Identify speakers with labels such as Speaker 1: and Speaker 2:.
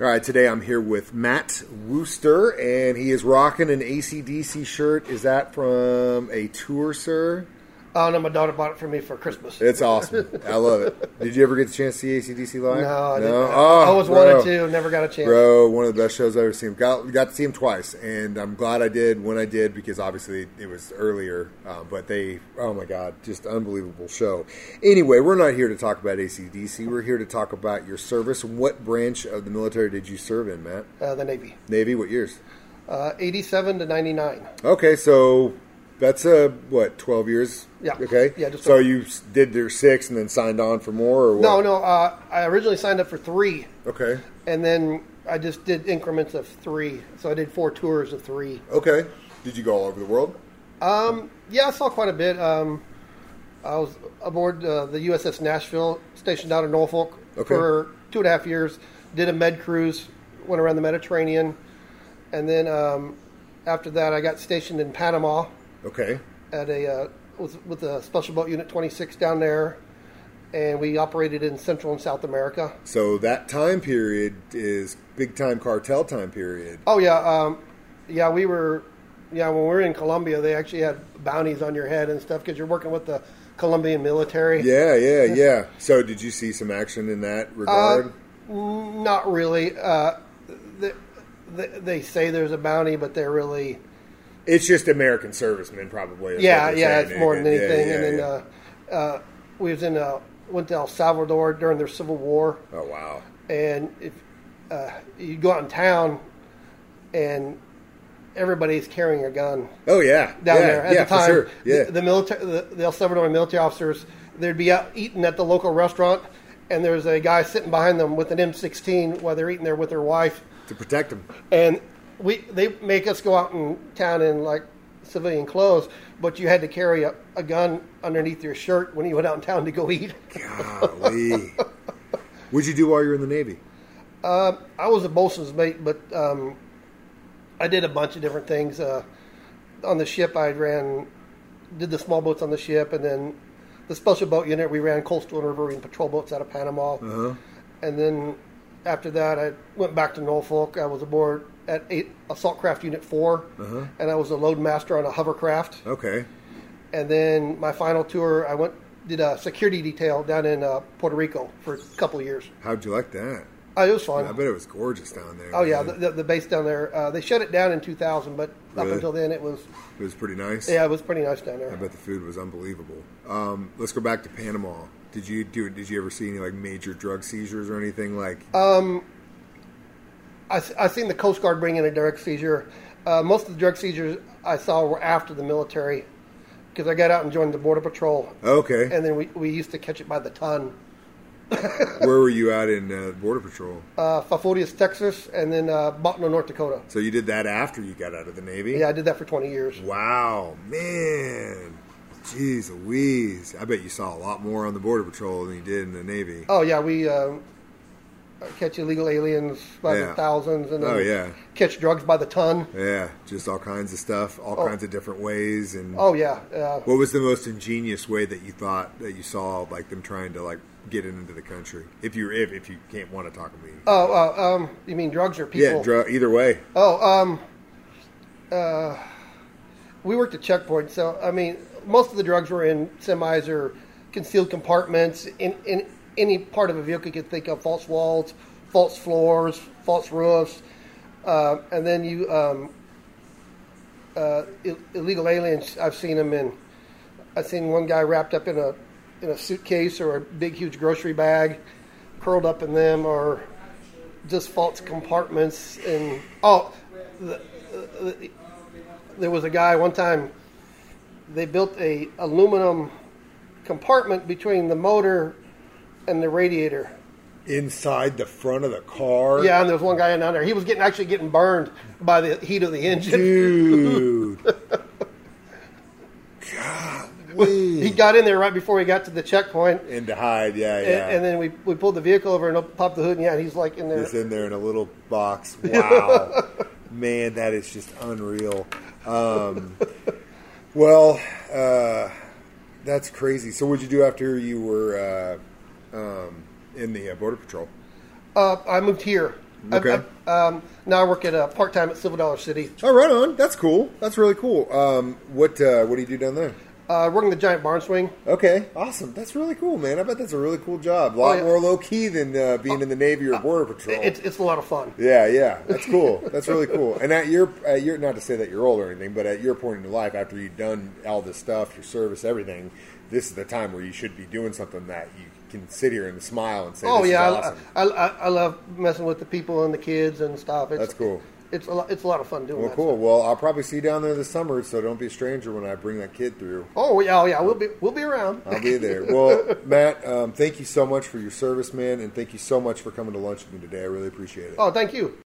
Speaker 1: All right, today I'm here with Matt Wooster, and he is rocking an ACDC shirt. Is that from a tour, sir?
Speaker 2: Oh no, my daughter bought it for me for Christmas.
Speaker 1: It's awesome. I love it. Did you ever get the chance to see ACDC live?
Speaker 2: no, I didn't. I
Speaker 1: Oh,
Speaker 2: always
Speaker 1: bro.
Speaker 2: wanted to, never got a chance.
Speaker 1: Bro, one of the best shows I've ever seen. Got, got to see him twice, and I'm glad I did when I did because obviously it was earlier. Uh, but they, oh my God, just unbelievable show. Anyway, we're not here to talk about ACDC. We're here to talk about your service. What branch of the military did you serve in, Matt?
Speaker 2: Uh, the Navy,
Speaker 1: Navy, what years?
Speaker 2: uh, eighty-seven to ninety-nine.
Speaker 1: Okay, so that's uh, what, 12 years?
Speaker 2: Yeah.
Speaker 1: Okay.
Speaker 2: Yeah, just
Speaker 1: so
Speaker 2: over.
Speaker 1: you s- did your six and then signed on for more, or what?
Speaker 2: No, no, uh, I originally signed up for three,
Speaker 1: Okay.
Speaker 2: and then I just did increments of three. So I did four tours of three.
Speaker 1: Okay. Did you go all over the world?
Speaker 2: Yeah, I saw quite a bit. Um, I was aboard uh, the USS Nashville, stationed out in Norfolk
Speaker 1: Okay.
Speaker 2: for two and a half years. Did a med cruise, went around the Mediterranean, and then um, after that, I got stationed in Panama
Speaker 1: Okay.
Speaker 2: at a uh, with, with a special boat unit 26 down there, and we operated in Central and South America.
Speaker 1: So that time period is big time cartel time period.
Speaker 2: Oh yeah, um, yeah, we were, yeah, when we were in Colombia, they actually had bounties on your head and stuff because you're working with the Colombian military.
Speaker 1: Yeah, yeah, yeah. So did you see some action in
Speaker 2: Uh,
Speaker 1: that regard?
Speaker 2: Not really. Uh, the, the, they say there's a bounty, but they're really
Speaker 1: it's just American servicemen, probably. is what
Speaker 2: yeah,
Speaker 1: they're
Speaker 2: yeah.
Speaker 1: saying.
Speaker 2: It's more than
Speaker 1: Yeah,
Speaker 2: anything.
Speaker 1: yeah,
Speaker 2: and then
Speaker 1: yeah.
Speaker 2: Uh, uh, we was in uh, went to El Salvador during their civil war,
Speaker 1: oh wow,
Speaker 2: and if uh, you go out in town, and everybody's carrying a gun
Speaker 1: oh yeah,
Speaker 2: down
Speaker 1: yeah,
Speaker 2: there at
Speaker 1: yeah,
Speaker 2: the time.
Speaker 1: For sure. Yeah,
Speaker 2: the, the military, the, the El Salvadoran military officers, they'd be out eating at the local restaurant, and there's a guy sitting behind them with an M16 while they're eating there with their wife.
Speaker 1: to protect them.
Speaker 2: and we they make us go out in town in like civilian clothes, but you had to carry a, a gun underneath your shirt when you went out in town to go eat.
Speaker 1: Golly, what'd you do while you were in the Navy?
Speaker 2: I was a bosun's mate, but um, I did a bunch of different things uh, on the ship. I ran, did the small boats on the ship, and then the special boat unit. We ran coastal and riverine patrol boats out of Panama,
Speaker 1: Uh-huh.
Speaker 2: and then after that, I went back to Norfolk. I was aboard at eight, assault craft unit 4
Speaker 1: Uh-huh.
Speaker 2: and I was a loadmaster on a hovercraft.
Speaker 1: Okay,
Speaker 2: And then my final tour, I went did a security detail down in uh, Puerto Rico for a couple of years.
Speaker 1: how'd you like that?
Speaker 2: Oh, it was fun.
Speaker 1: I bet it was gorgeous down there.
Speaker 2: Oh yeah,
Speaker 1: man.
Speaker 2: the, the, the base down there. Uh, they shut it down in 2000, but up
Speaker 1: Really?
Speaker 2: until then, it was
Speaker 1: it was pretty nice.
Speaker 2: yeah, it was pretty nice down
Speaker 1: I
Speaker 2: there.
Speaker 1: bet the food was unbelievable. Um, let's go back to Panama. Did you do? Did you ever see any like major drug seizures or anything like?
Speaker 2: Uh, I, s- I seen the Coast Guard bring in a drug seizure. Uh, most of the drug seizures I saw were after the military, because I got out and joined the border patrol,
Speaker 1: okay,
Speaker 2: and then we, we used to catch it by the ton.
Speaker 1: where were you at in uh, Border Patrol?
Speaker 2: Uh, Faforius, Texas, and then uh, Botno, North Dakota.
Speaker 1: So you did that after you got out of the Navy?
Speaker 2: Yeah, I did that for 20 years.
Speaker 1: Wow, man. Jeez Louise. I bet you saw a lot more on the Border Patrol than you did in the Navy.
Speaker 2: Oh yeah, we um, catch illegal aliens by
Speaker 1: Yeah.
Speaker 2: the thousands, and then
Speaker 1: Oh, yeah.
Speaker 2: catch drugs by the ton.
Speaker 1: Yeah, just all kinds of stuff, all kinds of different ways. And
Speaker 2: Oh yeah, uh,
Speaker 1: what was the most ingenious way that you thought that you saw like them trying to like get into the country? If you if, if you can't want to talk to me.
Speaker 2: Oh, uh, um, you mean drugs or people?
Speaker 1: yeah, dr- either way.
Speaker 2: Oh, um, uh, we worked at checkpoint, so I mean, most of the drugs were in semis or concealed compartments in, in any part of a vehicle you could think of: false walls, false floors, false roofs, uh, and then you um, uh, Ill- illegal aliens. I've seen them in. I've seen one guy wrapped up in a in a suitcase or a big huge grocery bag, curled up in them, or just false compartments and oh the, the, there was a guy one time they built a aluminum compartment between the motor and the radiator
Speaker 1: Inside the front of the car.
Speaker 2: yeah and there was one guy in down there he was getting actually getting burned by the heat of the engine
Speaker 1: Dude.
Speaker 2: he
Speaker 1: Golly.
Speaker 2: got in there right before he got to the checkpoint
Speaker 1: And to hide, yeah, yeah.
Speaker 2: and, and then we, we pulled the vehicle over and up, popped the hood and yeah he's like in there
Speaker 1: It's in there in a little box. Wow, man, that is just unreal. Um, well, uh, that's crazy. So, what'd you do after you were uh, um, in the uh, border patrol?
Speaker 2: uh, i moved here
Speaker 1: Okay.
Speaker 2: I, I, um, now I work at uh, part time at Silver Dollar City,
Speaker 1: Oh, right on. That's cool. That's really cool. Um, what uh, what do you do down there?
Speaker 2: uh, working the giant barn swing.
Speaker 1: Okay, awesome. That's really cool, man. I bet that's a really cool job. A lot
Speaker 2: Oh, yeah.
Speaker 1: more low key than uh, being in the Navy or Border Patrol.
Speaker 2: It's it's a lot of fun.
Speaker 1: yeah, yeah, that's cool. That's really cool. And at your, at your, not to say that you're old or anything, but at your point in your life, after you've done all this stuff, your service, everything, this is the time where you should be doing something that you can sit here and smile and say,
Speaker 2: Oh
Speaker 1: this
Speaker 2: yeah,
Speaker 1: is awesome."
Speaker 2: I, I, I I love messing with the people and the kids and stuff. It's,
Speaker 1: That's cool.
Speaker 2: It's a lot, it's a lot of fun doing
Speaker 1: Well,
Speaker 2: that.
Speaker 1: cool. Well, I'll probably see you down there this summer, so don't be a stranger when I bring that kid through.
Speaker 2: Oh yeah, oh, yeah, we'll be we'll be around.
Speaker 1: I'll be there. Well, Matt, um, thank you so much for your service, man, and thank you so much for coming to lunch with me today. I really appreciate it.
Speaker 2: Oh, thank you.